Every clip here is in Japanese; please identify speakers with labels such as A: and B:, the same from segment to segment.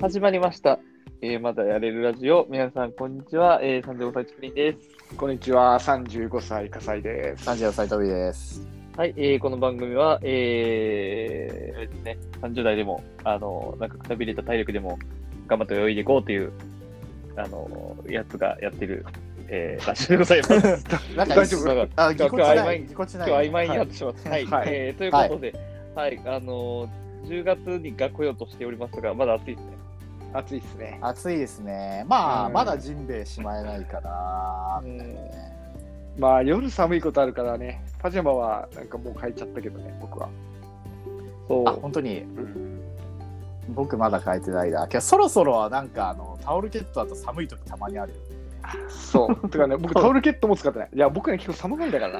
A: 始まりました。えーまだやれるラジオ。皆さん、こんにちは。えー、35歳チクリンです。
B: こんにちは、35歳、笠井です。
C: 三十歳飛びです。
A: はい、えーこの番組は、えーあれですね、30代でも、あの、なんかくたびれた体力でも、頑張って泳いでいこうという、あの、やつがやってる、えー、ラジオでございます。
C: なんか
B: 大丈夫
A: なんか
C: あ、ぎこちな
A: 今日曖昧
C: い。ぎこち
A: 今
C: な
A: 日
C: い。
A: 曖昧になってしまった。はい。
B: はい
A: えーということで、はい、あの、10月にが来ようとしておりますが、まだ暑いですね。
B: 暑いですね。
C: 暑いですね。まあ、
B: うん
C: まだジンベエしまえないから。
B: まあ、夜寒いことあるからね、パジャマはなんかもう変えちゃったけどね、僕は。
A: そ
C: あ、
A: う。
C: 本当に
B: うん、
C: 僕まだ変えてないだ。けどそろそろはなんかあのタオルケットだと寒い時たまにあるよ。
B: そう。てかね、僕、タオルケットも使ってない。いや、僕ね、結構寒がりだからな。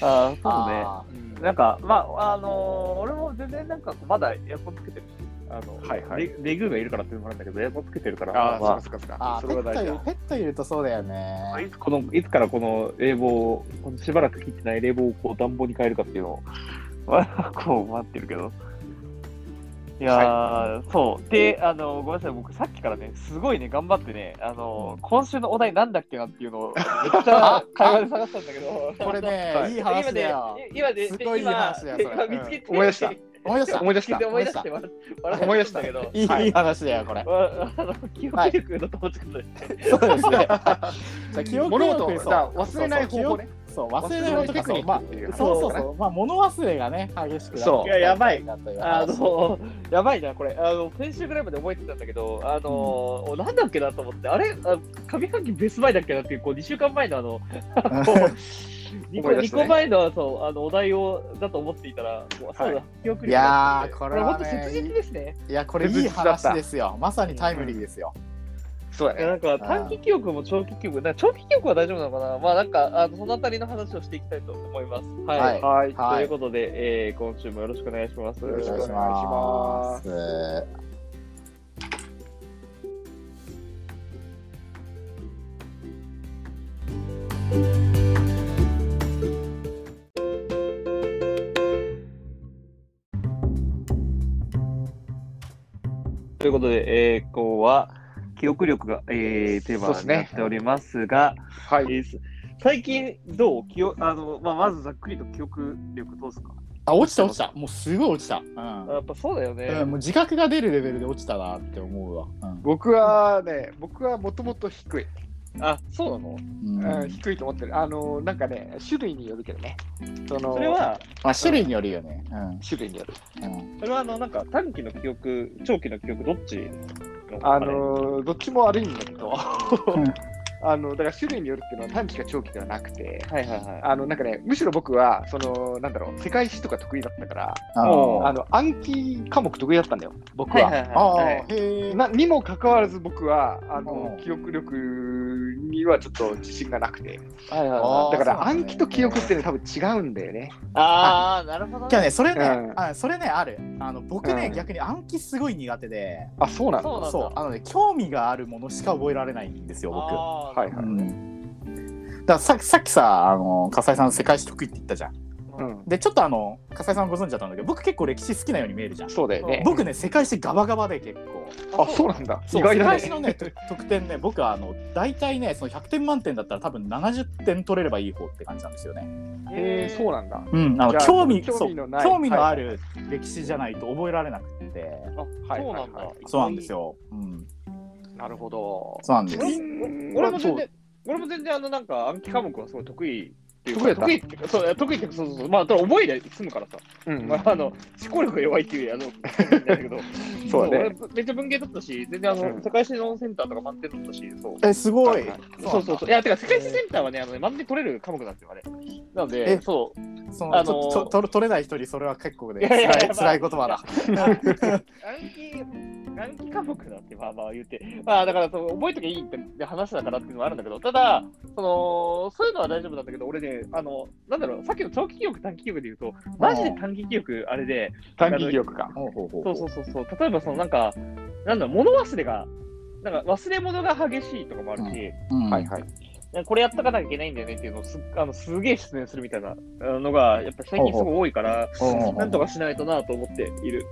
A: あーそうね。
C: あ
A: なんか、まあ、あのー俺も全然なんか、まだエアコンつけてるし、あの、
B: はいはい
A: レレグーがいるからっていうのもあるんだけど、エアコンつけてるから、
B: ああ、
A: まあ
B: そっかそっかそっ
C: ー
B: か。
C: あ
B: そ
C: ー、
B: れ
C: ペ
B: は大
C: ットい
B: 事
C: る
B: だ。
C: ペットいるとそうだよね。
A: いつこの、いつからこの冷房を、このしばらく切ってない冷房をこう暖房に変えるかっていうのを、 まあ、こう待ってるけど。いやー、そう。で、あの、ごめんなさい、僕さっきからね、すごいね、頑張ってね、あの、今週のお題なんだっけなっていうのを、めっち ゃ会話で探したんだけど、
C: これね、
B: はい
C: い、い話だよ。
A: 今で、今で、
C: すごいいい話だよ
A: 今
C: それ
A: 今見つけて、
B: うん思い出した
C: 思い出した。
B: 思い出
A: 聞
B: し
A: い
B: た
A: て。思い出してます。
B: 思い出し
A: 笑っちゃ
B: た
A: ったけど。
C: いい,、
B: はい
C: いい話だよこれ。
A: わあの記憶力の友達が
C: そうですね。じゃあ記憶
B: 物
C: 力
B: 事を
C: そう
B: じゃあ忘れない方法ね。
C: そう忘れない方法
B: 忘れないテクニック
C: まあ
B: っていう話
C: そうそうそうまあ物忘れがね激しくなってきた
B: そう
A: いややばい
C: なという話
A: あのやばいなこれあの先週ぐらいまで覚えてたんだけどあの、おなんだっけなと思ってあれあ上半期ベストバイだっけなっていうこう2週間前のあ の 2, 個二
B: 思い出したね
A: 個前のそうあのお題をだと思っていたらもうそうだ、
B: はい
A: 記憶力
C: いやー
A: こ
C: こ
A: れ
C: れ
A: 本
C: は
A: 当切
C: ね
A: 実ですね
C: いやこれいい話ですよまさにタイムリーですよ、
B: そうだ
A: いや
B: ね。
A: なんか短期記憶も長期記憶なんか長期記憶は大丈夫なのかなまあなんかあのそのあたりの話をしていきたいと思いますはい、
C: はい
B: はい。
C: は
A: ということで、えー今週もよろしくお願いします
B: よろしくお願いします
C: お願いします
A: ということで、えー、今日は記憶力が、えー、テーマ
B: そうです
A: に
B: ね
A: なっておりますが、
B: は
A: え
B: い。
A: ーす最近どう記憶あの、まあ、まずざっくりと記憶力どうですか
C: あ落ちた落ちたもうすごい落ちた、うん
A: やっぱそうだよね。
C: うん、もう自覚が出るレベルで落ちたなって思うわ、
B: 僕はね、僕はもともと低い、
A: あそうなの
C: うん
B: う。
C: うんん
B: 低いと思ってる。あの、なんかね、種類によるけどね。その
A: それは、
C: まあ、種類によるよね、うん
B: 種類による。
C: うん
A: それはあのなんか短期の記憶、長期の記憶、どっちの
B: あ
A: れ
B: のーどっちも悪いんだけど
C: うん、
B: あのだから種類によるっていうのは短期か長期ではなくて、
A: はいはいはい。
B: あのなんかね、むしろ僕は、そのなんだろう、世界史とか得意だったから、
C: あ
A: もう
B: あの暗記科目得意だったんだよ、僕
A: はい
B: は。
A: はいはい
C: あ
A: は
C: ーへえ
B: なにもかかわらず、僕はあの
C: うん
B: 記憶力にはちょっと自信がなくて、
A: い。はいはい
C: あ
A: は
C: ー
A: い
B: だから
C: そうなんだね
B: 暗記と記憶って、ね、多分違うんだよね。
A: あー、なるほど
C: じゃあ
A: ね。
C: ねそれね、
B: うん
C: あそれねあるあの僕ね、
B: うん
C: 逆に暗記すごい苦手で
B: あ、そうな
A: そ
B: の
A: うなんだ。
C: そうあのね興味があるものしか覚えられないんですよ僕
A: あー
B: はいは
C: う
B: い
C: んだからささっきさあの笠井さん世界史得意って言ったじゃん
B: うん、
C: でちょっとあの笠井さんご存知だったんだけど僕結構歴史好きなように見えるじゃん
B: そうだよね。
C: 僕ね世界史ガバガバで結構
B: あ、そうなんだ。
C: そ
B: 意
C: う
B: 外
C: 世
B: だ
C: 界史
B: ね。
C: のねと得点ね僕はあの大体ねその100点満点だったら多分70点取れればいい方って感じなんですよね
B: へえ、そうなんだ。
C: うんあ
B: じゃ
C: の
B: あ
C: 興味
B: 興味
C: そう
B: のない
C: 興味のある歴史じゃないと覚えられなくって
A: あ
B: はい
A: そうなんだ
B: はいはい。
C: そうなんですようん
B: なるほど。
C: そうなんです
A: 俺
B: うん
A: 俺も
B: そ
A: 全
B: う
A: 然、俺も全然あのなんか暗記科目はすごい得意っていうか。
B: 得意だった
A: 得意っていうか、そう得意っていうかそうそうそう。まあ、ただ覚えで済むからさ。
B: うん
A: まあ、あの思考力が弱いっていうあ のなんだけど。
B: そうだね。
A: 俺めっちゃ文系だったし、全然あの、
B: うん
A: 世界史のセンターとか満点だったし、そう。
C: えすごい
A: そうそうそう。いや、てか、世界史センターはね、あのね満点取れる科目なんですよ、あれ。なので、
C: え
A: そう。
C: そ
A: あのー
C: のちょっとと取れない人にそれは結構ね
A: いやいやや
C: 辛
A: ば
C: い
A: い
C: 辛い言葉だ
A: 暗記、暗記科目だって、まあまあ言って。まあ、だから、そう覚えときゃいいって話だからっていうのはあるんだけど、ただ、その、そういうのは大丈夫なんだけど、俺ね、あの、なんだろう、さっきの長期記憶、短期記憶で言うと、マジで短期記憶、あれで、
B: 短期記憶か。
C: ほうほうほう
A: そうそうそうそう、例えばそのなんか、なんだろう、物忘れが、なんか忘れ物が激しいとかもあるし、
C: うん
B: はいはい。
A: なんかこれやっとかなきゃいけないんだよねっていうのをすあのすげえ失念するみたいなあののが、やっぱ最近すごい多いから、
C: うん
A: なんとかしないとなと思っている。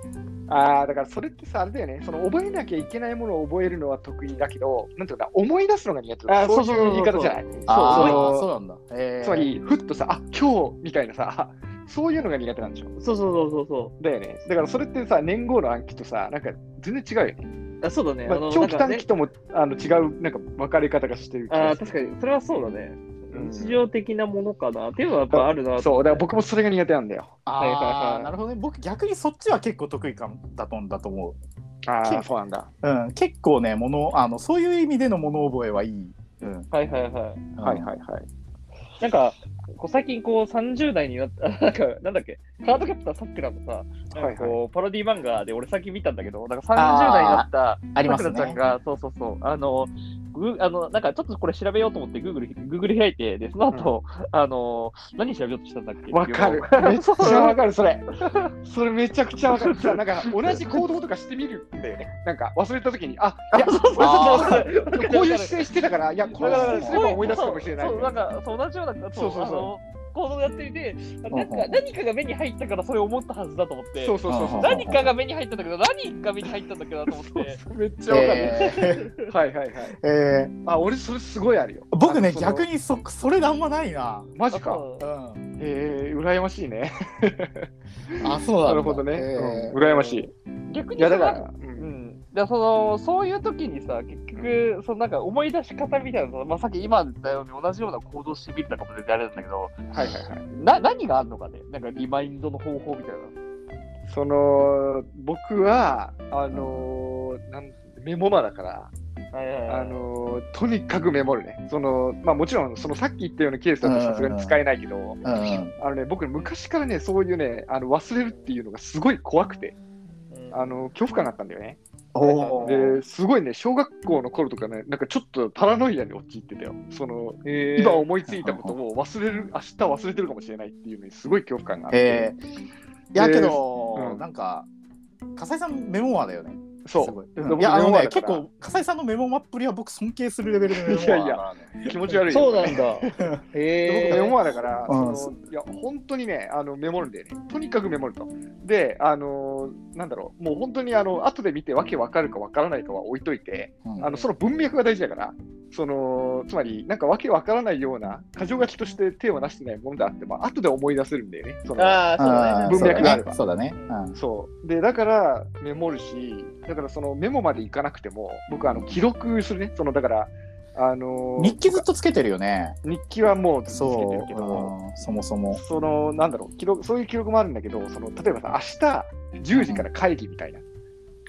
B: ああ、だからそれってさ、あれだよね、その覚えなきゃいけないものを覚えるのは得意だけど、なんていうのかな、思い出すのが苦手だ
A: あーそうそうそう
B: い言い方じゃない。
C: あ
B: そう
C: ー
B: そう
C: そうなんだ。えー
B: つまり、ふっとさ、あ今日みたいなさ、 そういうのが苦手なんでしょ。
A: そうそうそうそうそ
B: だよね。だからそれってさ、年号の暗記とさ、なんか全然違うよね。
A: う。あそうだね。
B: まあ
A: あの、
B: 長
A: なん
B: 期
A: か
B: 短
A: ね
B: 期ともあの違うなんか分かれ方がしてる気
A: あー
B: がする
A: 確かに、それはそうだね。
B: うん
A: 日常的なものかなっていうのはやっぱあるなと
B: そう、だから僕もそれが苦手なんだよ。
C: あ
A: はいはいは
C: ー
A: い
C: なるほどね。僕逆にそっちは結構得意かもだとんだと思う。
B: ああ、そうなんだ。
C: うん、結構ね、ものあのそういう意味での物覚えはいい。うん、
A: はいはいはい。
B: はいはいはい。
A: なんか、こう最近こう30代になった、なんか、なんだっけ、カードキャプターさくらのさ、なんかこう、
B: は
A: パロディ漫画で俺さっき見たんだけど、なんか30代になった
C: あり
A: さ
C: ま
A: く
C: す
A: らちゃん
C: ね。
A: が、そうそうそう、あの、グあのなんかちょっとこれ調べようと思って Google, Google 開いて、で、その後、あの、何調べようとしたんだっけ
B: わ かる。めっちゃわかる、それ。それめちゃくちゃわかる。さ、なんか同じ行動とかしてみるんだよね。なんか忘れたときに、あ、いや、
A: そうそうそう
C: あー
A: わかるわかる
B: こういう姿勢してたから、いや、こういう姿勢すれば思い出すかもしれない
A: そう、。なんか、そう同じような、
B: そうそうそう
A: あの行動やっていて、なん
C: うんう
A: か
C: ん
A: 何かが目に入ったからそれを思ったはずだと思って、
B: そうそうそうそう。
A: 何かが目に入ったんだけど、何が目に入ったんだっけどと思って、
B: めっちゃわかる。
C: え
B: はいはいはい。
C: ーえ
B: あ、俺それすごいあるよ。
C: ー僕ね、
B: あの
C: 逆。
B: その
C: にそそれあんまないな。
B: マジか。
A: あ
C: う、
A: そうん
B: えー、羨ましいね。
C: あ、そうなんだ
B: なるほどね。
C: え
B: うん羨ましい。
A: 逆に
B: いや、だ
A: その
B: から、う
A: うんん、だからそのそういう時にさ、結局、そのなんか思い出し方みたいなの、まあ、さっき今言ったように同じような行動してみるとかも全然あれなんだけど、
B: はいはいはい。
A: な何があるのかね、なんかリマインドの方法みたいな。
B: その、僕は、あのー、なんメモマだから。あのーとにかくメモるね。そのまあ、もちろんそのさっき言ったようなケースだとさすがに使えないけど、
C: うんうん
B: あのね、僕、昔からね、そういうね、あの忘れるっていうのがすごい怖くて、あの恐怖感があったんだよね。
C: おー
B: ですごいね、小学校の頃とかね、なんかちょっとパラノイアに陥ってたよ。その
A: え
B: 今思いついたことを忘れる、明日忘れてるかもしれないっていうのにすごい恐怖感があって、
C: えー、いやけど、
B: うん
C: なんか笠井さんメモマだよね。す
B: そ
C: ごい。
B: で僕
C: いやあの
B: メモマ
C: ね
B: だから
C: 結構笠井さんのメモマっぷりは僕尊敬するレベルのメモマだから、ね。
B: いやいう、気持ち悪いよ
A: そうなんだ。
B: で
A: へ
B: 僕メ
A: え。
B: モアだから、
C: うん
B: そのいや本当にねあのメモるんだよねとにかくメモるとであのーなんだろうもう本当にあの後で見てわけわかるかわからないかは置いといて
C: うん
B: あのその文脈が大事だからそのつまりなんかわけわからないような箇条書きとして手を出してないものであっても後で思い出せるんだよねその
A: あ
C: あ
A: あ、
C: ー
A: そうだね。
B: 文脈があれば
C: そうだね。そうだね
B: そうでだからメモるしだからそのメモまでいかなくても僕あの記録するねそのだからあの
C: うん
B: ー
C: 日記ずっとつけてるよね。
B: 日記はもうつけて
C: そう、
B: るけど
C: うんそもそも。
B: そのなんだろう記録そういう記録もあるんだけどその例えばさ明日10時から会議みたいな、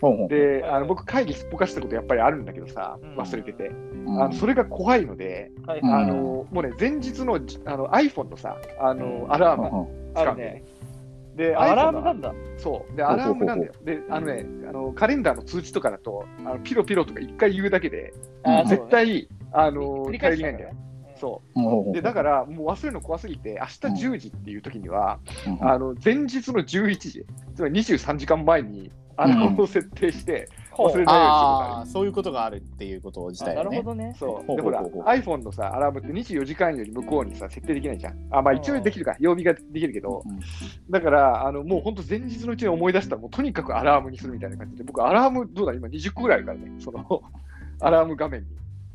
C: ほうほう
B: で
A: はい
B: あの僕会議すっぽかしたことやっぱりあるんだけどさ
A: うん
B: 忘れてて、
C: うん
B: あのそれが怖いので、
A: はい
C: うん
B: あのもうね前日のじあの iPhone のさあのアラーム
C: うんうん
A: あ
B: 使う
A: る
B: んだよね
A: ね。
B: で
A: アラーム
B: iPhone の
A: なんだ。
B: そうでアラームなんだよであのねあのカレンダーの通知とかだとあのピロピロとか一回言うだけで
A: あーそう
B: 絶対あの
A: 繰り
B: 頼
A: 返
B: り
A: し
B: な
A: ないい
B: ん
A: んだ
B: だよ
A: よ。
B: そう
C: ほうほうほう
B: でだからもう忘れるの怖すぎて、明日10時っていう時には、
C: うん
B: あの前日の11時、つまり23時間前にアラームを設定して、忘れないようにしてくだ
C: あ
B: さ
C: あ、そういうことがあるっていうこと自体
A: な
C: よ
A: る
C: ね
A: ほ。どね
B: い。。そう
C: ほう
B: でほ
C: ほうほ
B: ら
C: うほう
B: iPhone のさアラームって24時間より向こうにさ設定できないじゃん。あまあ一応できるか、曜日ができるけど、
C: うん
B: だからあのもう本当前日のうちに思い出したらもうとにかくアラームにするみたいな感じで、僕アラームどうだ今20個ぐらいあるからね、その アラーム画面に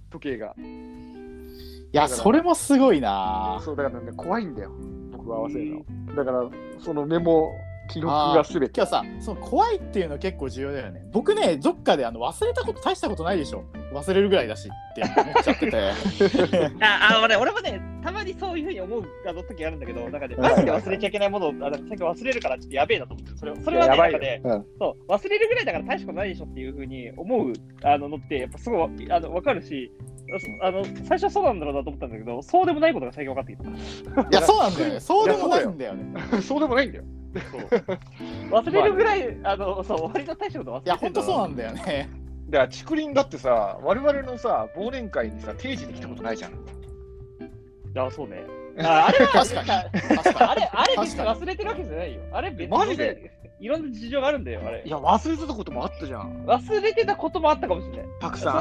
B: 時計が。
C: いや、それもすごいな。
B: そうだからね怖いんだよ。僕は合わせるの。だからそのメモ記録
C: あー
B: がすべて。
C: 今日さ、その怖いっていうの結構重要だよね。僕ね、どっかであの忘れたこと大したことないでしょ。忘れるぐらいだしって思っちゃってて。
A: ああ、俺俺もね、たまにそういうふうに思うあの時あるんだけど、なんかね、
C: はい
A: マ
C: は
A: ジ
C: い
A: で
C: はい
A: 忘れちゃいけないものを、あなんか最近忘れるからちょっとやべえなと思って、それそれ
B: い
A: は
B: や
A: ね、
B: やば
A: ないん
B: よ
A: かね、
C: うん
A: そう、忘れるぐらいだから大したことないでしょっていうふうに思うあののって、やっぱすごいあの分かるし、あの最初はそうなんだろうなと思ったんだけど、そうでもないことが最近分かってきた。
C: いや、そうなんだよね。そうでもないんだよね。
B: そうでもないんだ よ。
A: 忘れるぐらい、あの、そう、割と大したこと忘れ
C: い
A: て
C: や、ほんとそう
A: う
C: なんだよね。
B: だから、竹林だってさ、我々のさ、忘年会にさ、定時で来たことないじゃん。
A: あ、そうね。ああれは
C: 確かに。 確か
A: あれ、あれ別
C: 確
A: に
C: かに
A: 忘れてるわけじゃないよ。あれ別に
B: マジで
A: いろんな事情があるんだよ、あれ。
B: や、忘れてたこともあったじゃん。
A: 忘れてたこともあったかもしれない。
B: たく
A: そうい
B: さ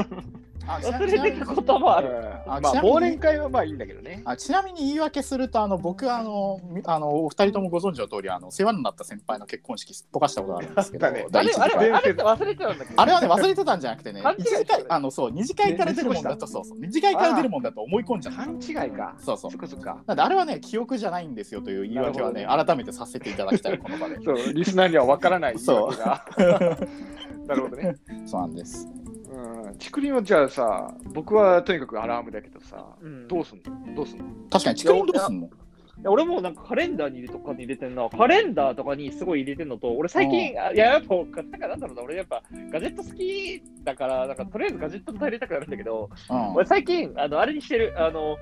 A: う
C: あちな
A: 忘れてたこともある。
B: まあ、忘年会はまあいいんだけどね。
C: あちなみに言い訳するとあの僕あのみあのお二人ともご存知の通りあの世話になった先輩の結婚式すっぽかしたことがあるんですけど
B: あったね
A: あ
C: 第
A: れ
C: 一次
A: あれ
C: 会
A: あれって忘れちゃうんだけど。
C: あれはね忘れてたんじゃなくてね
A: 勘違い
C: 一
A: して
C: 次
A: た
C: 会あのそう二次会から出るもんだとそうそう二次会から出るもんだと思い込んじゃった
B: 勘違いか。
C: そうそう
B: そっかそっか。
C: なんであれはね記憶じゃないんですよという言い訳はね
B: なるほど
C: 改めてさせていただきたいこの 場で
B: そう、リスナーには分から ない
C: そう
B: ことが。 なるほどね。
C: そうなんです
B: うん。竹林はじゃあさ、僕はとにかくアラームだけどさ、
A: うん
B: どうすんのどうすんの
C: 確かにチクリンどうすんの
A: いや俺もなんかカレンダーに入れとかに入れてんな、カレンダーとかにすごい入れてんのと、俺最近、あいや、やっぱ、なんかなんだろうな、俺やっぱガジェット好きだから、なんかとりあえずガジェットも入れたくなるんだけど、
C: うん
A: 俺最近、あの、あれにしてる、あの、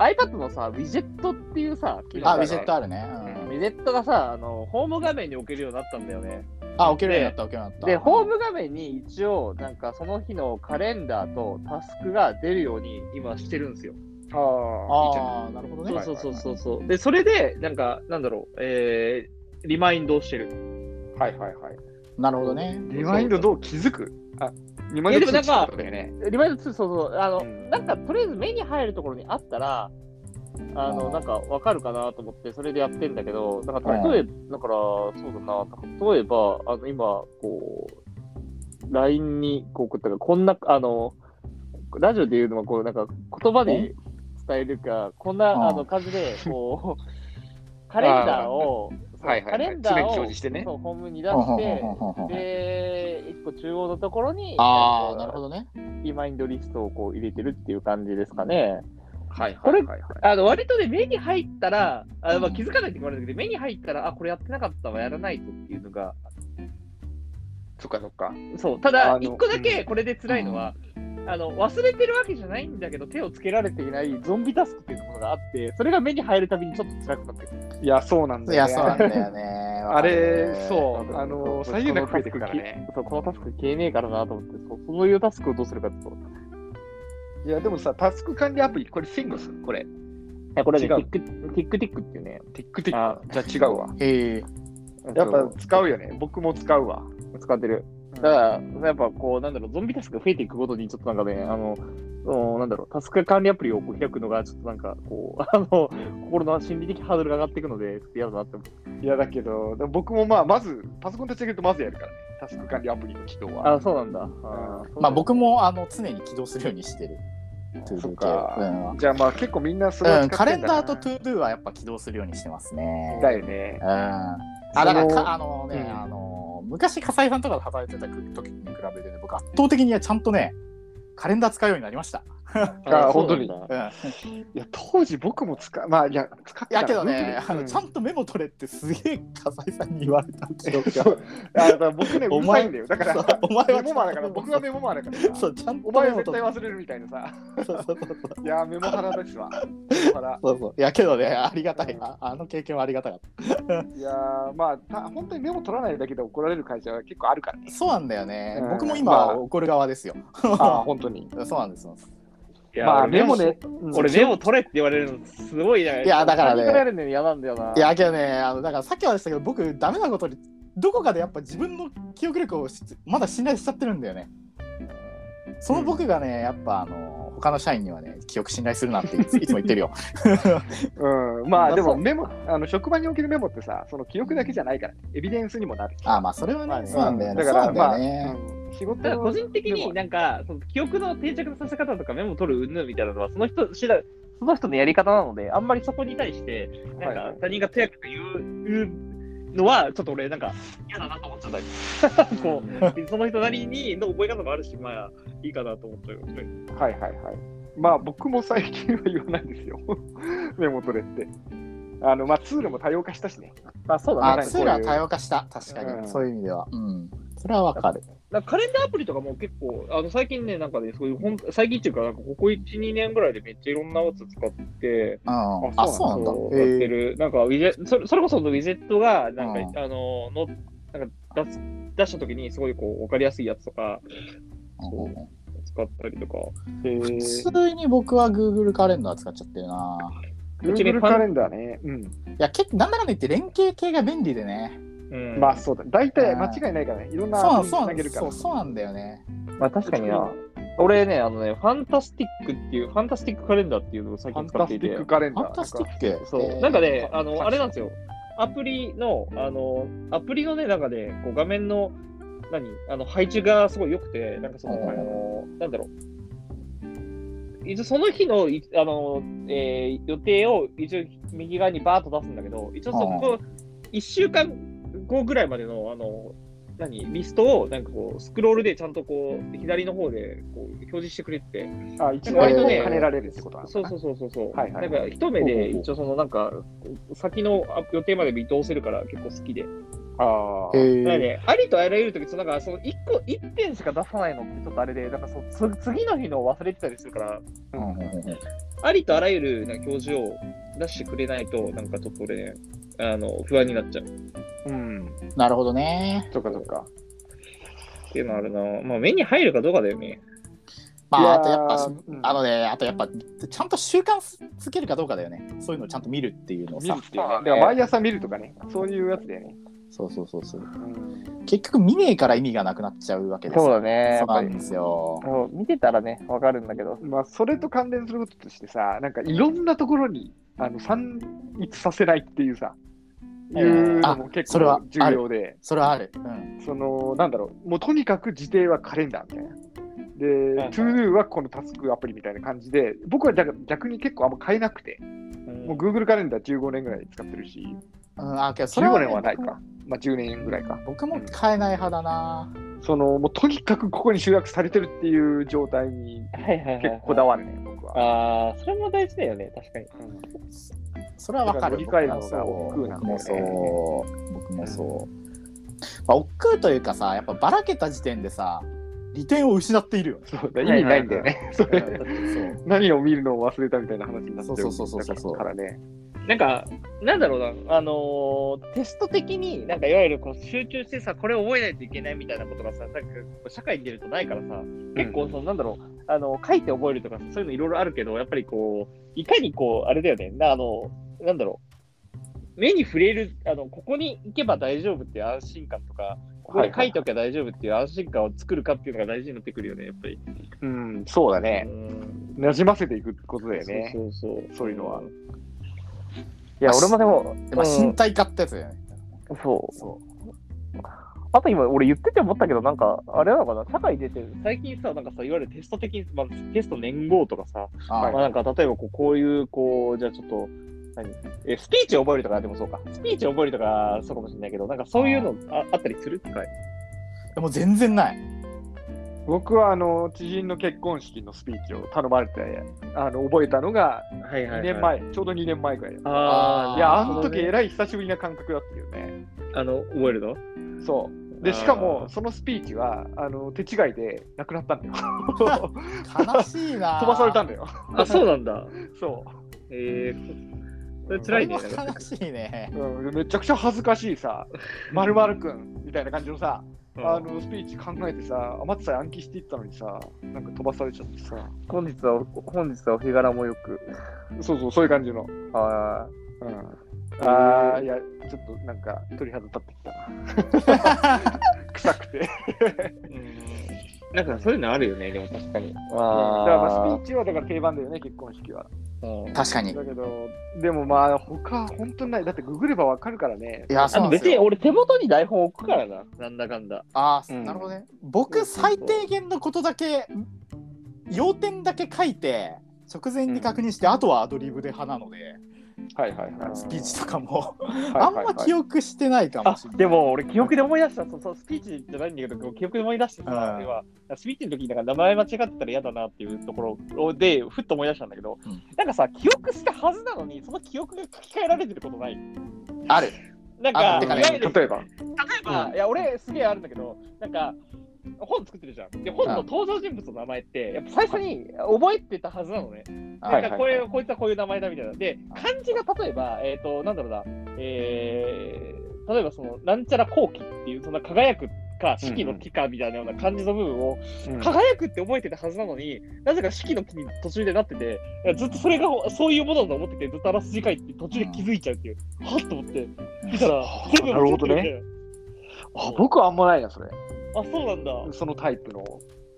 A: iPad のさ、ウィジェットっていうさ、機能が
C: あ
A: る
C: ウ
A: の
C: ィジェットあるね
A: ウ
C: うん
A: ィジェットがさ、あの、ホーム画面に置けるようになったんだよね。
C: あ置けるようになった置けるようになった
A: で、ホーム画面に一応、なんかその日のカレンダーとタスクが出るように今してるんですよ。
B: ああ、いいじゃん。
C: ああなるほどね
A: そう
B: はい
A: そうそうそうそう。で、それで、なんか、なんだろう、えー、リマインドをしてる。
B: はいはいはい。
C: なるほどね
B: リマインドどう気づくあ、リマ
A: い
B: イ
A: やでも
B: ンド
A: なん
B: 気づく
A: か
B: ってことだよね。
A: リマインド2、そうそう、あの、
B: うん
A: なんかとりあえず目に入るところにあったら、あ
C: う
A: の、
C: ん
A: なんかわかるかなと思って、それでやってんだけど、だから例えば、だから、そうだな、例えば、あの、今、こう、LINE にこう送ったから、こんな、あの、ラジオで言うのは、こう、なんか言葉で伝えるか、こん
C: うん
A: なあの感じで、こう、 カレンダーを、そう
B: はいはいはい
A: カレンダー
B: 常に
A: を、
B: 表示してね
A: そう、ホームに出
C: うんうん
A: し
C: うん
A: て、
C: うんうん
A: で、一個中央のところに、
C: あ
A: えっ
C: あ
A: と
C: なるほどね
A: リマインドリストをこう入れてるっていう感じですかね。
B: はいは
A: こ
B: い
A: れ
B: はいはい。
A: あの割とね、目に入ったら、あまあ、
C: うん
A: 気づかないって言われるけど、目に入ったら、あ、これやってなかったわ、やらないとっていうのが、
B: そっかそっか。
A: そう、ただ
B: あ、の
A: 一個だけこれで辛いのは、あの忘れてるわけじゃないんだけど、手をつけられていないゾンビタスクっていうものがあって、それが目に入るたびにちょっと辛くなってくる。
B: いや、そうなん
C: い
B: だよ
C: や
B: ね。
C: そうなんだ よね
B: あれ、
C: う
B: そう、あの、再現なく増えてくからね。
A: そう、このタスク消えねえからなと思って、そうそういうタスクをどうするかってそう。
B: いや、でもさ、タスク管理アプリ、これ、センゴスこれ、
A: いやこれね、
B: 違う
A: Tik- TikTik っていうね、
B: ティックティッ
A: あ
B: ク。じゃあ違うわ。
C: へえ
B: やっぱ使うよね。僕も使うわ。
A: 使ってる。だから、やっぱこう、なんだろう、ゾンビタスクが増えていくごとに、ちょっとなんかね、あの、おなんだろう、タスク管理アプリをこう開くのが、ちょっとなんか、こう、 あの、心の心理的ハードルが上がっていくので、ちょっと嫌だなって思う。
B: いや、だけど、でも僕もまあ、まず、パソコン立ち上げるとまずやるからね。タスク管理アプリの起動は。
A: あ、そうなんだ。あー
C: まあ、僕もあの常に起動するようにしてる。
B: そっ
C: ToDo 系
B: か。じゃあまあ、結構みんなそれ
C: うん
B: は
C: う
B: 使
C: ん、
B: ってん
C: カ
B: だな
C: レンダーと ToDo はやっぱ起動するようにしてますね。
B: だよね
C: う。ん、あだから
B: その
C: かあのね、
B: うん
C: あの昔笠井さんとかで働いてた時に比べて、ね、僕圧倒的にはちゃんとねカレンダー使うようになりました。
B: あ本当に
A: そうなんだ
C: うん、い
B: いや、当時僕も使う、まあ、いや、使ってた
C: やけどね、あ
B: うん
C: のちゃんとメモ取れってすげえ笠井さんに言われた記憶
B: そ
C: が
B: うあだから僕ね、う
C: お前
B: るさいんだよ。だか
C: そう
B: ら、
C: お前
B: メ
C: は
B: モマーだから、僕がメモマーだからさ
C: そうちゃんと
B: お前
C: メ
B: は
C: モ
B: 絶
C: 取
B: 対
C: って
B: 忘れるみたいなさ。
C: そうそうそうそう
B: いや、メモハラです わ。メモハラ。
C: そうそういやけどねありがたいああの経験はありがたかった。
B: いやーまあた本当にメモ取らないだけで怒られる会社は結構あるからね。
C: そうなんだよね。
B: うん
C: 僕も
B: ま
C: 今
B: あ
C: 怒る側ですよ。
B: ああ、本当に。
C: そうなんです。そうなんです
A: いや
B: まあ
A: 俺
B: メモね。。うん
A: 俺、メモ取れって言われるの、すごいね。
C: いやだからね
A: 取られるの嫌なんだよな。
C: いやけどね、あのだからさっきはでしたけど、僕ダメなことにどこかでやっぱ自分の記憶力をしまだ信頼しちゃってるんだよね。その僕がね、やっぱあの他の社員にはね、記憶信頼するなっていついつも言ってるよ。
B: うん、ま
A: ま
B: あ
A: あ
B: で
A: そ
B: も
A: う
B: メモ、あの職場におけるメモってさ、その記憶だけじゃないから、エビデンスにもなる。
C: あ、まあそれはね、そうなんだよね。
B: だ
C: そ
B: から、
C: うなんだ
B: まあ、
C: よね。
B: うん仕事
A: ただ
B: の
A: 個人的
B: メモ
A: になんか、その記憶の定着のさせ方とかメモ取る云々みたいなのは、その人知らその人のやり方なので、あんまりそこに対して、なん
B: はいは
A: か
B: い
A: 他人がとやかく言う言うのは、ちょっと俺なんか嫌だなと思っちゃったり こう、その人なりにの覚え方もあるし、まあいいかなと思ったよ。
B: はいはいはい。まあ僕も最近は言わないですよ。 メモ取れって。あのまあツールも多様化したしね。
A: まあそうだ
C: あ、
A: ね。
C: ツールは多様化した、確か
B: うん
C: に。そういう意味では。うん。それはわかる。
A: なんかカレンダーアプリとかも結構、あの最近ね、なんかね、そういう本最近っていうか、なんかここ1、2年ぐらいでめっちゃいろんなやつ使って、
C: うん。あ、
B: あ
C: そうなんだ。
A: そうやっ
C: へ
A: て
C: え
A: る。なんかウィジェそれ、それこそウィジェットが、なんか、
C: うん
A: あの、の、なんか出す、出した時にすごいこう、わかりやすいやつとか
C: うん
A: 使ったりとか。
C: 普通に僕は Google カレンダー使っちゃってるな。
A: うちね
B: Google カレンダーね。う
C: いや、結構なんだかんだ言って連携系が便利でね。
A: うん
B: ん。
A: ま
B: ま
A: あ
B: あ、そうだ。大体間違いないからね。いろんな
C: そう
B: に
C: そう
B: げるか
C: そ
B: ら
C: う。そうなんだよね。
A: まあ確かにな。
B: う
A: 俺ね、あのね、ファンタスティックっていう、ファンタスティックカレンダーっていうのを最
B: フ
A: 近
B: ァン
A: 使っ
B: タ
A: て
B: ス
A: い
B: ティッ
A: て
B: ク、カレン
C: フ
B: ダ
C: ァン
B: ー。
C: タスティック。
A: そう、
C: えー
A: なんかね、
B: か
A: あの、あれなんですよ、アプリの、あの、アプリのね、なんかね、こう画面の、何、あの、配置がすごい良くて、なんかその、
C: はい
A: あの、なんだろう。一応その日のいあの、えー予定を一応右側にバーッと出すんだけど、一応そこ、1週間後ぐらいまでの、あの、何リストをなんかこうスクロールでちゃんとこう左の方でこう表示してくれてて、
B: あ、一
A: 割と
B: 応
A: ね
B: ね、跳ねられるってことなのか
A: そう
B: な
A: そうそうそうそう。
B: はいはい
A: なんか一目で
C: ほうほうほう
A: 一応そのなんか先の予定まで移動するから結構好きで。
B: あ
C: え
B: ー
A: なの
C: ー、
A: でありとあらゆる時そのなんかその一個一点しか出さないのってちょっとあれでなんかそうつ次の日の忘れてたりするから
C: うんうんうんうん
A: ありとあらゆるなんか表示を出してくれないとなんかちょっと俺ねあの不安になっちゃうっ
B: うん。
C: なるほどね。
B: そっかそっか。
A: ていうのはあるな。まあ目に入るかどうかだよね。
C: ま
B: いやー
C: あ、あとやっぱそ、
B: うん
C: あのね、あとやっぱ、ちゃんと習慣つけるかどうかだよね。そういうのをちゃんと見るっていうのを
B: 見る
C: さ
B: っ。ていうね。
A: まあ
B: だ
A: ね
B: から毎朝見るとかね、そういうやつだよね。
C: そうそうそうそう。
B: うん
C: 結局見ねえから意味がなくなっちゃうわけですよ
A: そうだねやっ
C: そう
A: ぱ
C: な
A: り
C: んですよ。
A: 見てたらねわかるんだけど。
B: まあ、それと関連することとしてさ、なんかいろんなところにあの散逸させないっていうさ、
C: うん
B: いう
C: あ
B: のも結
C: それは
B: 構重要で、
C: それはある。うん。
B: その、なんだろう、もうとにかく時定はカレンダーみたいな。で、
A: いはい
B: ToDo はこのタスクアプリみたいな感じで、僕はだから逆に結構あんま変えなくて、もう Google カレンダー15年ぐらい使ってるし、
C: うん、あ、けどそれは
B: 15
C: ね、
B: 年はないか、まあ10年ぐらいか。
C: 僕も。僕も変えない派だな。
B: その、もうとにかくここに集約されてるっていう状態に
A: はいはいはいはい
B: 結構こだわるね、僕は。
A: ああ、それも大事だよね、確 かに。
B: うん
C: それはわかる。
B: だから乗り換えるのが億劫なん
C: 僕
B: だよ
C: も
B: ね
C: そう。僕もそう。まあ、億劫というかさ、やっぱばらけた時点でさ、利点を失っているよね。
B: そうだ、意味ないんだよね。 それ
C: そう。
B: 何を見るのを忘れたみたいな話になっちゃう
C: そうそうそうそうそう
B: だからね。
A: なんか、なんだろうな、あのーテスト的に、なんかいわゆるこう集中してさ、これを覚えないといけないみたいなことがさ、なんか社会に出るとないからさ、結構、その、なんだろう、あの書いて覚えるとかさ、そういうのいろいろあるけど、やっぱりこう、いかにこう、あれだよね、なあの、なんだろう、目に触れる、あのここに行けば大丈夫っていう安心感とか、ここに書いておけば大丈夫っていう安心感を作るかっていうのが大事になってくるよね、やっぱり。
B: うん、そうだね。
A: うん
B: なじませていくことだよね。
A: そうそうそう。
B: そういうのは。
A: いや、俺もでも、
C: まあ、
A: うん
C: 身体化ってやつだよね。
A: そう。
C: そう。
A: あと今、俺言ってて思ったけど、なんか、あれなのかな、社会出てる、最近さ、なんかさ、いわゆるテスト的に、まあ、テスト年号とかさ、
C: あ、
B: はい
A: まあ、なんか、例えばこう、こういう、こう、じゃあちょっと、何えスピーチ覚えるとか、でもそうか、スピーチ覚えるとか、そうかもしれないけど、なんかそういうのああったりする機会
C: でも全然ない。
B: 僕はあの知人の結婚式のスピーチを頼まれてあの覚えたのが
A: はいは
B: 2年前、ちょうど2年前ぐらいだよ
A: ああ、
B: いや、あ
A: なる
B: の
A: ほど
B: 時
A: ね
B: えらい久しぶりな感覚だったよね。
A: あの、覚えるの
B: そう。で、しかも、そのスピーチは、あの、手違いでなくなった んだよ。
C: 悲しいな。
B: 飛ばされた ん
C: だ。
B: だよ。
A: あ、そうなんだ。
B: そ
A: えー、それ
C: 辛
A: 辛
C: い
A: いね。
C: 悲しいね。
B: う。うん、めちゃくちゃ恥ずかしいさ、まるまるくんみたいな感じのさ、あのスピーチ考えてさ、余ってさえ暗記していったのにさ、なんか飛ばされちゃってさ、
A: 本日は、本日はお日柄もよく。
B: そうそう、そういう感じの。
A: は
B: うん、ああ、いや、ちょっとなんか鳥肌立ってきたな。 臭くて。だか
A: うんなんかそういうのあるよね、でも確かに。
B: らまあスピーチはだから定番だよね、結婚式は。
A: うん
C: 確かに。い
B: だけど、でもまあ、他本当にない。だってググればわかるからね。
C: や、そ
A: あ
C: う
A: の
C: なんで
A: 別
C: す
A: に
C: よ。
A: 俺手元に台本置くからな、なんだかんだ。
C: ああ、
B: うん
C: なるほどね。僕、最低限のことだけ、要点だけ書いて、直前に確認して、あとはアドリブで派なので、
B: はいはいは
C: スピーチとかも、
B: い。
C: あんま記憶してないかも
A: あ
C: しれない。
A: でも俺記憶で思い出した、そうそうスピーチじゃないんだけど、記憶で思い出してさ
C: う、ん
A: 要はスピーチの時になんか名前間違ってたら嫌だなっていうところで、ふっと思い出したんだけど、
C: うん
A: なんかさ、記憶したはずなのに、その記憶が書き換えられてることない。
C: ある。
A: なんか、
C: あてか
A: い
C: ね
A: わゆる
B: 例えば。
A: 例えば、いや俺すげえあるんだけどなんか本作ってるじゃんで本の登場人物の名前ってやっぱ最初に覚えてたはずなのね、
C: は
A: なん
C: い。
A: かこれ、こいつはこういう名前だみたいなで漢字が例えばえっ、となんだろうなえー、例えばそのなんちゃら後期っていうそんな輝くか四季の木かみたいなような漢字の部分を輝くって覚えてたはずなのになぜか四季の木に途中でなってていやずっとそれがそういうものだと思っててずっとあらすじ書いて途中で気づいちゃうっていう、はっと思って見たら全部
B: なるほどね
A: 間違ってる
B: あ僕はあんまないな、それ。
A: あ、そうなんだ。
B: そのタイプの、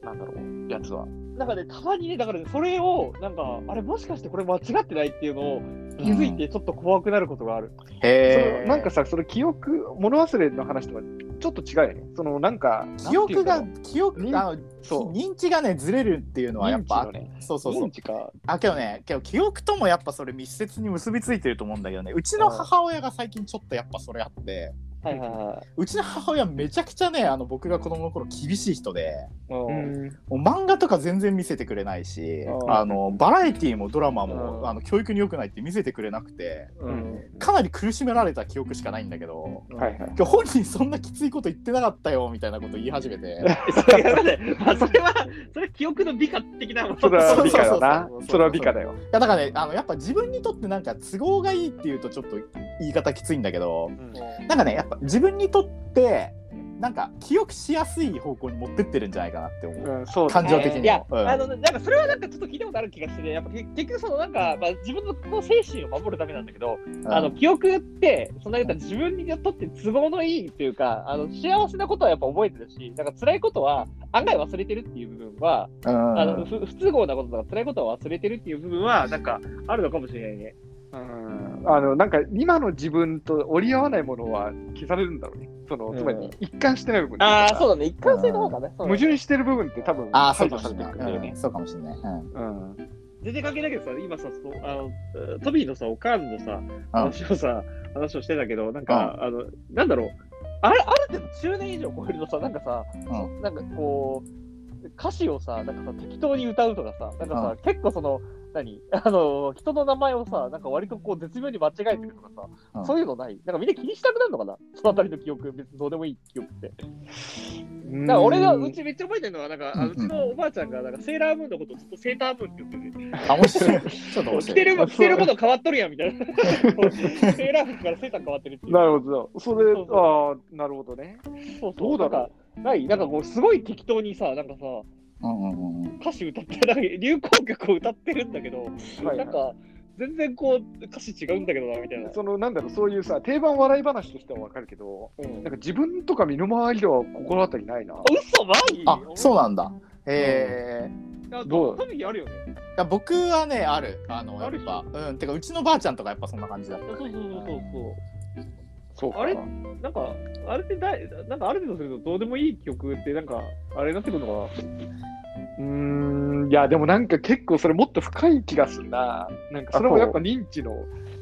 B: なんだろう、やつは。
A: なんかね、たまにね、だからね、それを、なんか、あれ、もしかしてこれ間違ってないっていうのを気づいて、ちょっと怖くなることがある。
B: そ
C: へ
B: の
C: え。
B: なんかさ、その記憶、物忘れの話とはちょっと違うよね。そのなんか、
C: 記憶
B: な
C: が
B: んていうか、
C: 記憶
B: 認
C: あの
B: そう
C: 認知がね、ずれるっていうのはやっぱ、
B: 認知のね
C: そうそうそう
A: 認。知か。
C: あ、けどね、けど記憶ともやっぱそれ密接に結びついてると思うんだけどね、うちの母親が最近ちょっとやっぱそれあって、
A: はいはいは
C: うちの母親めちゃくちゃね、あの僕が子供の頃厳しい人で、
A: い。うん
C: もう漫画とか全然見せてくれないし
A: う、ん
C: あのバラエティーもドラマも、
A: うん
C: あの教育に良くないって見せてくれなくて、
A: う
B: うん
A: ん。
C: かなり苦しめられた記憶しかないんだけど、
B: うんはいはい。
C: 今日本人そんなきついこと言ってなかったよみたいなこと言い始めて。
A: それはね、まあ、それは、それ記憶の美化的なもの
B: それは美化だな
C: そうそうそうそう。
B: それは美化だよ。
C: いやだからねあのやっぱ自分にとってなんか都合がいいっていうとちょっと言い方きついんだけどなんかねやっぱ自分にとってなんか記憶しやすい方向に持ってってるんじゃないかなって思う、
B: うん、そうだ
C: 感
B: ね
C: 情的にも
A: いや、
C: うん
A: あの、なんか、それはなんか、ちょっと聞いたことある気がして、やっぱ、結結局、その、なんか、まあ、自分のこう精神を守るためなんだけど。あの、記憶って、そんな言ったら自分にとって都合のいいっていうか、あの、幸せなことはやっぱ覚えてるし、なんか、辛いことは。案外忘れてるっていう部分は、
C: うん
A: あの、ふ不都合なこととか、辛いことは忘れてるっていう部分は、なんか、あるのかもしれないね。
B: うんあのなんか今の自分と折り合わないものは消されるんだろうね。そのつま
A: うん
B: り一貫してない部分。
A: ああ、そう
B: う
A: だね。一貫性の方がね。そうだ
B: 矛
A: ね
B: 盾してる部分って多分
C: あーそう
B: 排
C: か
B: 除
C: もし
B: さ
C: れ
B: れてい
C: な
B: くんだ
C: い、
B: よ
C: う
B: ね
C: ん。そうかもしれない、うん
B: うん
A: 全然関係ないけどさ、今さ、そうあのえートビーのさ、おかんのさ、話をさ、話をしてたけど、なんか、あの、なんだろう、あるある程度10年以上超えるとさ、なんかさ、
C: う
A: なんかこう、歌詞をさ、なんかさ、適当に歌うとかさ、なんかさ、結構その、何 あの、人の名前をさ、なんか割とこう、絶妙に間違えてるとかさ、
C: うん
A: そういうのないなんかみんな気にしたくなるのかな そのあたりの記憶、別にどうでもいい記憶って。
B: うん
A: だから俺が、うちめっちゃ覚えてるのは、なんか、あ
C: うん
A: うちのおばあちゃんが、なんかセーラームーンのことをずっとセータームーンって呼んでて。
C: あ面白いちょっと面
A: 着
C: 白
A: て
C: い
A: る着てること変わっとるやんみたいな。 セーラー服からセーター変わってるっていう。
B: なるほど。それ
A: そう
B: ああなるほどね。
A: そうそう
B: どうだろ
A: なんかないなんかこうすごい適当にさ、なんかさ、
C: うんうんうん
A: 歌詞歌って、なんか流行曲を歌ってるんだけど、
B: はい
A: なんか全然こう歌詞違うんだけどなみたいな。
B: そのなんだろうそういうさ定番笑い話としてはわかるけど、
A: うん
B: なんか自分とか身の回りでは心当たりないな。
A: 嘘マジ
C: あそう
A: う
C: なんだへえ、
B: どう
A: 多分あるよね。
C: いや僕はねあるあのや
A: あ
C: っ
A: る
C: ぱうんてかうちのばあちゃんとかやっぱそんな感じだった
A: そうそうそうそう
B: そうか。
A: あれそう。なんかあれってだいなんかある程度するとどうでもいい曲ってなんかあれになってくるのか
B: うーんいやでもなんか結構それもっと深い気がするな。なんかそれもやっぱ認知の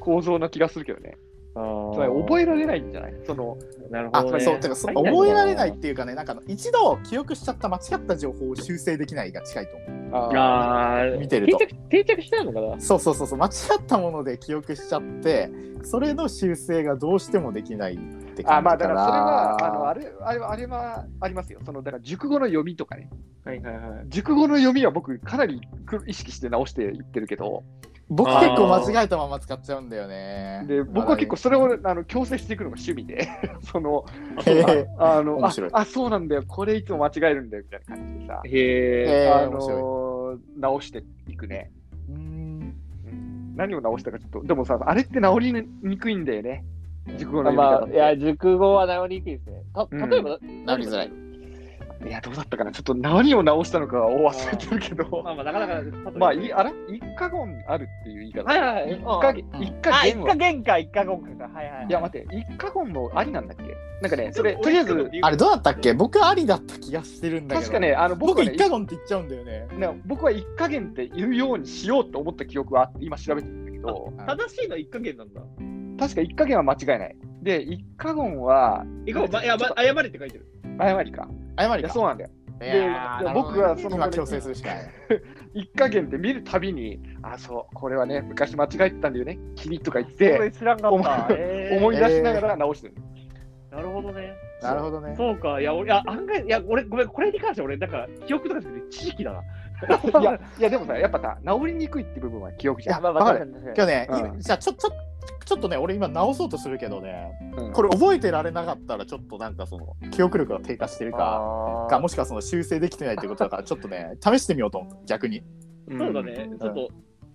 B: 構造な気がするけどね。
A: な。
B: つまり覚えられないんじゃないその
A: えなる
C: あ
A: ほど、ね。
C: そうてかそ
A: 入んの
C: 覚えられないっていうかねなんかあの一度記憶しちゃった間違った情報を修正できないが近いと思う
B: あ
A: あー
C: 見てると
A: 定着定着したのかな
C: そうそうそうそう間違ったもので記憶しちゃってそれの修正がどうしてもできないって
B: ーあ
C: 感じ
B: まあ
C: かな
B: だからそれはあのあれあれはあれはありますよ。そのだから熟語の読みとかね。
A: はいはいはい。
B: 熟語の読みは僕かなりく意識して直していってるけど、
C: 僕
A: あー
C: 結構間違えたまま使っちゃうんだよね
B: で僕は結構それをあの強制していくのが趣味で、 その
C: へえ
B: あの
C: 面白い
B: ああそうなんだよこれいつも間違えるんだよみたいな感じでさ、
A: へえ。
C: えー
B: あ
C: 面白
B: の直していくね。
C: いうーん
B: 何を直したかちょっと、でもさ、あれって直りにくいんだよね。熟語の読み
A: ま
B: 方っ
A: あ、
B: て
A: いや、熟語は直りにくいですね。た
B: うん
A: 例えば、
C: 直りづらい。
B: いや、どうだったかな。ちょっと何を直したのかは大忘れてるけ
A: まあ
B: ど。
A: まあ、なかなか。
B: まあ、いいあれ一過言あるっていう言い方。
A: はいはいはい。
B: 一過
A: うん
B: 一
A: あ、
B: 過
A: 一
B: 言は
A: か。言か、一か言かか。はいはいはい。
B: いや、待って、一過言もありなんだっけなんかね、そ
A: ちょっ
B: れ、とりあえず、
C: あれどうだったっけ僕ありだった気がしてるんだけど
B: 確かね、あの僕
C: 僕
B: は
C: 一
B: ね、
C: 回言って言っちゃうんだよね
B: ね僕は一加減って言うようにしようと思った記憶はあって、今調べてるんだけど、
A: 正しいのは一か言なんだ。
B: 確か一加減は間違いない。で、一加言は、
A: 一か言、ま、いや、ま、誤りって書いてる。
B: 誤りか。
C: 謝
B: い
C: り
B: や、
C: か
B: そうなんだよ。
C: いや
B: で
C: ーなるほどね
B: 僕はその
C: 今強制するしかない
B: 一加減って見るたびに、あ、そう、これはね、昔間違えてたんだよね、君とか言っ
A: そ
B: て、
A: れ知らんかった。えー
B: 思い出しながら直してる。
A: なるほどね。
C: なるほどね
A: そうか、いや、俺、いや、案外、いや、俺、ごめん、これに関しては俺、なんか、記憶とかじゃなくて知識だな。
B: いや、いやでもさ、やっぱさ、治りにくいって部分は記憶じゃん。
A: まあまあ
B: わかる
A: 確かに確か
C: 今日ね、
B: うん
C: 今じゃあちょちょちょっとね俺今直そうとするけどね
B: うん
C: これ覚えてられなかったらちょっとなんかその記憶力が低下してるか
B: あー
C: かもしくはその修正できてないってことだからちょっとね 試してみようと思う逆に
A: にそうだ。ね、ちょっと、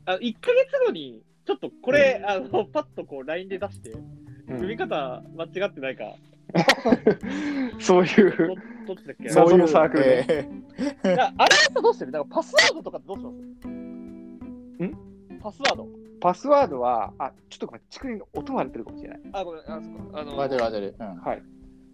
A: あ1か月後に、ちょっとこれ、あの、パッとこう、LINE で出して、
B: うん
A: 読み方間違ってないか、
B: そうい
A: と
B: う、
A: どっちだっけ
B: そういうサークルで
C: え
A: だからあれってどうしてるなんかパスワードとかってどうします
B: ん
A: パスワード。
B: パスワードは、あ、ちょっとごめん、竹林の音割れてるかもしれない。
A: あ、ごめん、あ、そっか。あ
C: ー
A: の、
C: わかるわかる。うん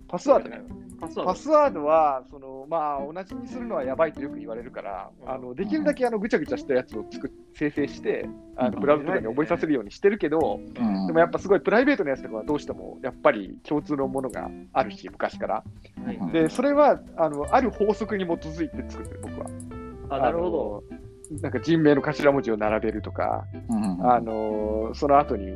B: パスワードね。
A: パスワード。
B: パスワードは、その、まあ、同じにするのはやばいとよく言われるから、
A: うん
B: あの、できるだけあの、ぐちゃぐちゃしたやつを作っ生成して、あ
C: う
B: の
C: ん
B: ブラウザとかに覚えさせるようにしてるけど、
C: うん
B: でもやっぱすごいプライベートのやつとかはどうしても、やっぱり共通のものがあるし、昔から。
A: はい
C: うん
B: で、それは、あの、ある法則に基づいて作ってる、僕は。
A: あ、なるほ
B: ど。なんか人名の頭文字を並べるとか、
C: うん
B: あのーその後に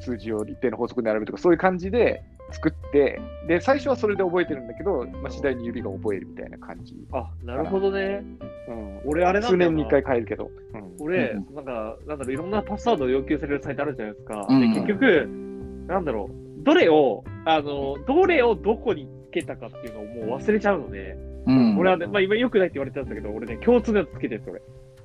B: 数字を一定の法則に並べるとか、そういう感じで作って、で、最初はそれで覚えてるんだけど、まあ、次第に指が覚えるみたいな感じ。
A: ど。あ、なるほどね。
B: うん、
A: 俺、あれなんだ
B: 数
A: よな
B: 年に一回変えるけど。うん
A: 俺
C: う、
A: なんか、なんだろう、いろんなパスワードを要求されるサイトあるじゃないですか。
C: うん
A: で結局、なんだろう、どれを、あの、どれをどこにつけたかっていうのをもう忘れちゃうので、
C: うん
A: 俺はね、まあ今良くないって言われてたんだけど、俺ね、共通のやつつけてるんですよ、俺。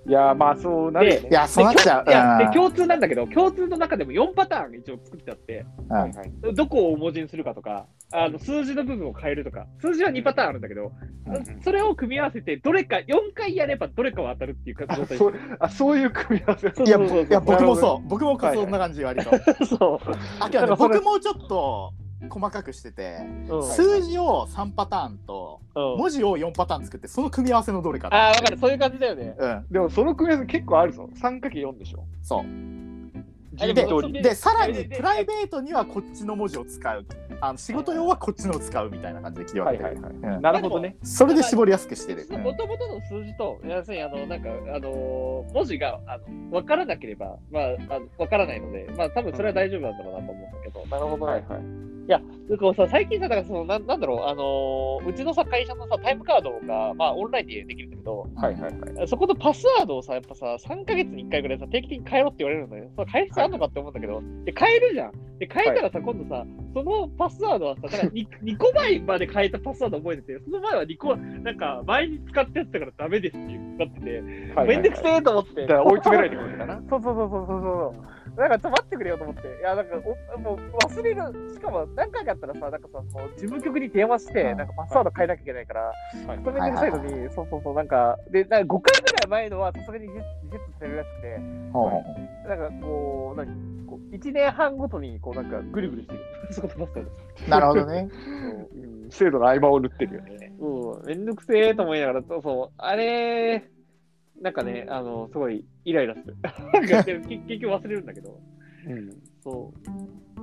B: いやー、まあそうなるよね。
C: いや、そうなっちゃう。
A: いや、で、
C: うん
A: 共通なんだけど、共通の中でも4パターン一応作ってあって、
B: はいはい
A: どこを文字にするかとか、あの数字の部分を変えるとか、数字は2パターンあるんだけど、
B: うん
A: それを組み合わせて、どれか、4回やればどれかは当たるっていうか
B: あ
A: 状態
B: そうあそういう組み合わせ。
C: いや、ぼ
A: そうそうそう
C: いや僕も
B: なる
C: そう。僕もそんな感じ割と。
A: そ
C: あ、け
A: だか
C: どね、
A: らそれ
C: 僕もちょっと細かくしてて、
A: う。うん
C: 数字を3パターンと、
A: うん
C: 文字を4パターン作って、その組み合わせのどれか。
A: ああ、わかる、そういう感じだよね。
C: うん、
B: でもその組み合わせ結構あるぞ。3×4 でしょ。
C: そう。
A: あ
C: で
A: でもそれ
C: でさらに
A: でで
C: プライベートにはこっちの文字を使うあの仕事用はこっちのを使うみたいな感じで切り分けてる、
B: はい
C: うん
B: なるほどね。
C: それで絞りやすくしてる、うん
A: もともとの数字と、要するに、あの、なんか、あのー文字が、あの、わからなければ、まあ、あの、わからないので、まあ、多分それは大丈夫なんだろうなと思うんだけど、
B: なるほど。はいはい。
A: なんかさ、最近さ、だからそのなん、なんだろう、あのーうちのさ、会社のさ、タイムカードが、まあ、オンラインでできるんだけど、
B: はいはいはい。
A: そことパスワードをさ、やっぱさ、3ヶ月に1回ぐらいさ、定期的に変えろって言われるんだよ。そう変える必要あるのかって思うんだけど、で、変えるじゃん。で、変えたらさ、今度さ、そのパスワードはさ、だから 2, 個前まで変えたパスワード覚えてて、その前は2個、なんか、前に使ったやつだからダメですってなってて、
B: はいはい
A: めんどくせえと思って。
B: だから追い詰められてくるんだな。
A: そうそうそうそうそうそう。なんかちょっと待ってくれよと思って。いや、なんかおもう忘れる。しかも何回かあったらさ、なんかさ、もう事務局に電話して、
C: はい
A: なんかパスワード変えなきゃいけないから、
B: はい
A: それめんどくさいの
C: は
A: に、そうそうそう、なんか、で、なんか5回ぐらい前のはさすがにリセリセットされるらしくて、
C: ほうほう
A: なんかこう、何こう1年半ごとに、こうなんかぐるぐるしてる。そこ飛ばすから
C: なるほど ね
B: うん制度の合間を縫ってるよね。
A: うん、めんどくせえと思いながら、そうそう、あれ、なんかね、あの、すごいイライラする。 なんかでも結結局忘れるんだけど。そ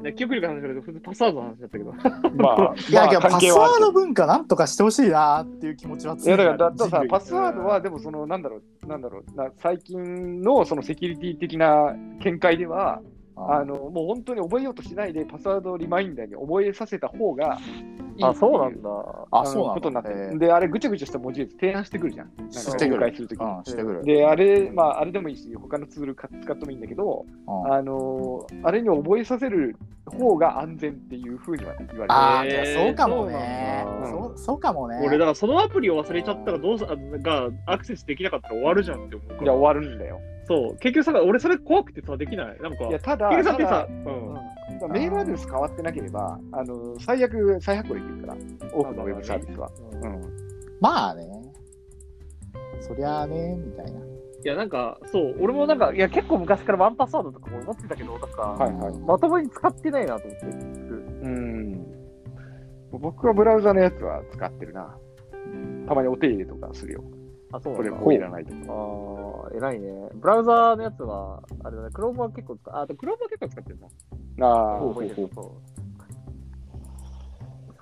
A: う。ね、記憶力の話だけど、普通パスワードの話だったけど。
B: まあ、
C: いや、
B: まあ
C: けどパ
B: 関係
C: スワ
B: は
C: ー
B: ある
C: ド文化なんとかしてほしいなーっていう気持ちは強
B: いやだからだだ
C: 人
B: さ
C: 類
B: パスワードはでもそのなんだろうなんだろうな最近のそのセキュリティ的な見解ではあのもう本当に覚えようとしないでパスワードをリマインダーに覚えさせた方がいいってい
A: だ。
C: あ
B: の
C: そうなんだ
B: ことになって
C: へ
B: る
C: ー
B: であれぐちゃぐちゃした文字列提案してくるじゃんなんか
C: してく
B: 公
C: る
B: 開するとき
C: うんしてくる
B: であれまああれでもいいし他のツールか使ってもいいんだけど
C: うん
B: あのあれに覚えさせる方が安全っていうふうには言われてる
C: あー
A: えー
C: じゃあそうかもね
B: そうなんだ
C: そうそうかもね
A: 俺、だからそのアプリを忘れちゃったら、どうすあのがアクセスできなかったら終わるじゃんって思うか
B: いや
A: ら。
B: 終わるんだよ
A: そう。結局さ、俺それ怖くてさ、できない。なんか、
B: いや
A: 結
B: ただ
A: 局さって
B: ただ
A: さ、うん。
B: うんメールアドレス変わってなければ、あの最悪、再発行できるから、多くのウェブサービスは。うん
C: まあねそりゃあねみたいない
A: や、なんか、そう、俺もなんか、いや、結構昔からワンパスワードとかも持ってたけど、なんか、
B: はいはい
A: まともに使ってないなと思って。
B: うん僕はブラウザのやつは使ってるな。たまにお手入れとかするよ。
A: あ、そう
B: これ
A: なん
B: こういらないとか。
A: ああ、偉いね。ブラウザーのやつは、あれだね、クロームは結構使っあ、でもクロームは結構使ってるな。
B: あ
A: そう
B: ー
A: そう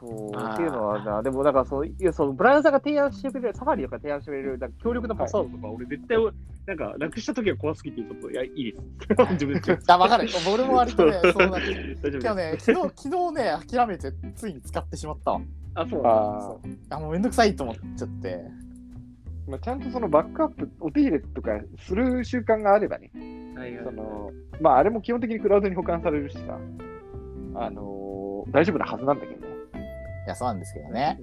A: っていうのはな、でもなんかそう、いやそうブラウザが提案してくれる、サファリとか提案してくれる、なんか強力なパスワードとか、俺絶対、なんかなくした時が怖すぎて、ちょっと、いや、いいです。自分で言っちゃ
C: あ分 かる俺も割とねそうなってる
A: う。大丈
C: け
A: 夫
C: ど
A: です。
C: ね、昨日、 昨日ね、諦めて、ついに使ってしまったわ。
A: あ、そうなんだ。
B: あー
C: あ、もうめんどくさいと思っちゃって。
B: まあ、ちゃんとそのバックアップ、お手入れとかする習慣があればね、
A: はいはい
B: そのまあ、あれも基本的にクラウドに保管されるしさ、あのー大丈夫なはずなんだけどね。
C: いや、そうなんですけどね。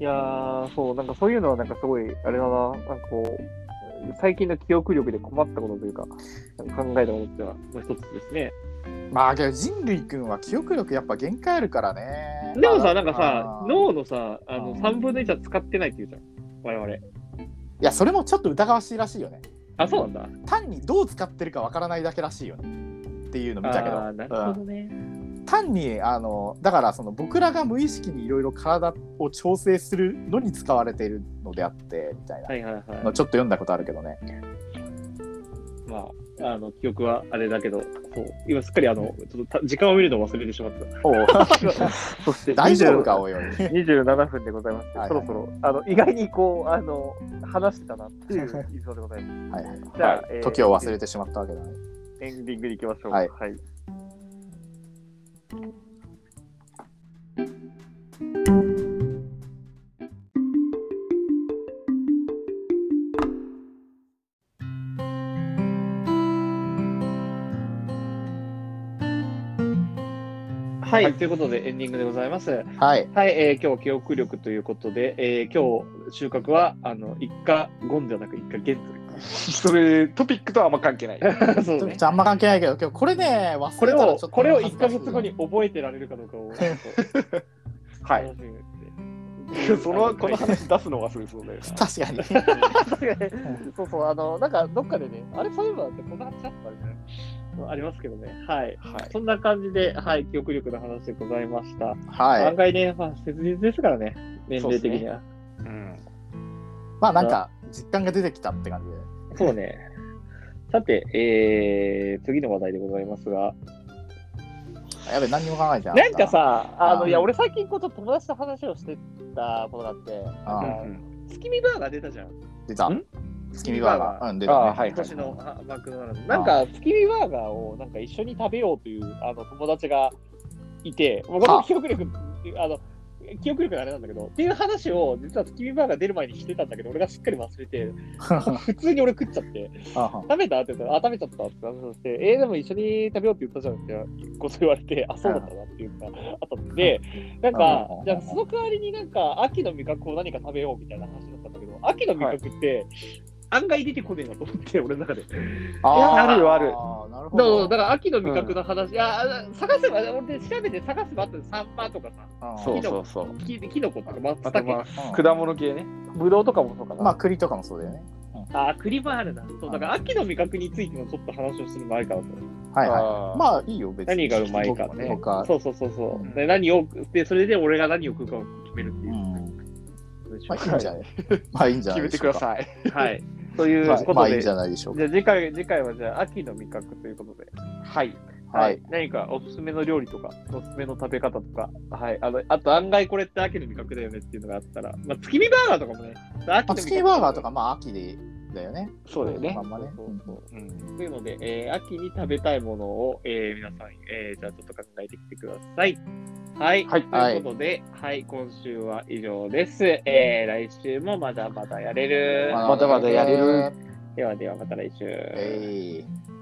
A: いやー、そう、なんかそういうのは、なんかすごい、あれだな、なんかこう、最近の記憶力で困ったことというか、なんか考えたことっていうのは、もう一つですね。
C: まあけど人類君は記憶力やっぱ限界あるからね。
A: でもさ、
C: ま
A: な
C: あ
A: んかさ、
C: うん
A: 脳のさ、あの
C: うん
A: 3分の1は使ってないって言うじゃん、我々。
C: いやそれもちょっと疑わしいらしいよね。
A: あ、そうなんだ。
C: 単にどう使ってるかわからないだけらしいよね。っていうの見たけど。
A: あーなるほどね。
C: うん単にあのだからその僕らが無意識にいろいろ体を調整するのに使われているのであってみたいな
A: はいはいはい。
C: のちょっと読んだことあるけどね。
A: まあ、あの、記憶はあれだけど、そう今すっかりあの、ちょっとた時間を見るのを忘れてしまってた。
C: お う
B: そして
C: 大丈夫か
B: 20
C: おいおい。
B: 27分でございます。
C: はいはい
B: そろそろ、あの、意外にこう、あの、話してたなっていう印象でございます。
C: はいはい
B: じゃあ、えー
C: 時を忘れてしまったわけだね。
B: エンディングに行きましょう。
C: はい
B: はい
A: はい、
B: はい
A: ということでエンディングでございます。はい、
C: はい。
A: えー今日は記憶力ということで、えー今日収穫は、あの、一家ゴンではなく一家ゲン
B: それ、トピックとはあんま関係 ない。
A: と。 そ
C: ち
A: う
C: ょっ
A: ね。
C: とあんま関係ないけど今日これね忘れ
A: これ
C: たら
A: を、
C: ちょっと
A: これを
C: 恥
A: 1
C: ず
A: ヶ
C: かしいよ
A: 月後に覚えてられるかどう かを、ちょっと
B: はい
A: 楽しみにして。
B: そ の、この話出すのを忘れそうで。
C: 確かに。
A: そうそう、あの、なんかどっかでね、あれ、そういえばってこんな話あったみたいな。ありますけどね。はい。
B: はい。
A: そんな感じで、はい、記憶力の話でございました。
C: はい
A: 案。外ね、 まあ、切実ですからね、年齢的には。
B: うん。
C: まあなんか実感が出てきたって感じで。
A: そうね。さて、えー、次の話題でございますが、
C: あやべ何にも考えてなか
A: な
C: った
A: んか、さ、あ
C: う
A: の、
C: ん
A: いや、俺最近こうちょっと友達と話をしてたことがあって、
C: あ
B: う
C: ー
B: ん
A: 月見バーガー出たじゃん。
C: 出た
B: ん。
C: 月見バーガー。うん、出た、ね。
B: あーはい
A: 今年のあマクドナルド。なんか、月見バーガーをなんか一緒に食べようというあの友達がいて、僕
C: は
A: の
C: あ
A: 記憶力、あの、記憶力のあれなんだけど、っていう話を実は月見バーガー出る前にしてたんだけど、俺がしっかり忘れて、普通に俺食っちゃって、
C: あ
A: 食べたって言ったら、あ、食べちゃったって話をして、えー、でも一緒に食べようって言ったじゃんって、こそ言われて、あ、そうだったなっていうのがあったんで、なんか
C: うん、
A: じゃあその代わりになんか、秋の味覚を何か食べようみたいな話だったんだけど、秋の味覚って、案外出てこねえなと思って、俺の中で。
B: あるよある
C: あーな
A: だから
C: るほど。
A: だから秋の味覚の話、いや探せば、俺調べて探せばあったんですサンマとかさ、
C: うん
B: そうそうそう。
A: キキノコとか松
B: あと
A: 茸
B: ま
A: と
B: あ、果物系ね。
A: ブドウとかもそうかな。
C: まあ栗とかもそうだよね。
A: あ、あ栗もあるな。そうだから秋の味覚についてのちょっと話をする前からと。
C: はいはい。
B: あー
C: まあいいよ別
A: 何
C: に。
A: がうまいか
C: 僕
A: っ
C: も
A: て。
C: ね。僕は
A: そうそうそうそう、
B: うん
A: で。何をで、それで俺が何を食うかを決めるって
C: う。
A: いうんことでしょ
C: ま
A: う
C: あいいんじゃない。まあいいんじゃ
B: 決
C: な
B: め
C: いで
B: て
C: し
B: く
C: ょう
B: だ
C: か。
B: さい。
A: はい。ということで、
C: まあいいんじゃないでしょうか。
A: じゃあ次回次回はじゃあ秋の味覚ということで。
B: はい。
C: はい。
A: 何かおすすめの料理とか、おすすめの食べ方とか、はい。あの、あと案外これって秋の味覚だよねっていうのがあったら、まあ、月見バーガーとかもね、秋
C: ま
A: の
C: あ
A: 味覚
C: 月見バーガーとかまあ秋でだよね。
A: そうだよね。
C: まんまね
A: そうそうそう
B: うん
A: というので、えー秋に食べたいものを、えー皆さん、えーじゃあちょっと考えてきてください。はい。
B: はい
A: ということで、はい、今週は以上です。えー来週もまだまだやれる。
B: まだまだやれる。
A: ではではまた来週。
C: えい。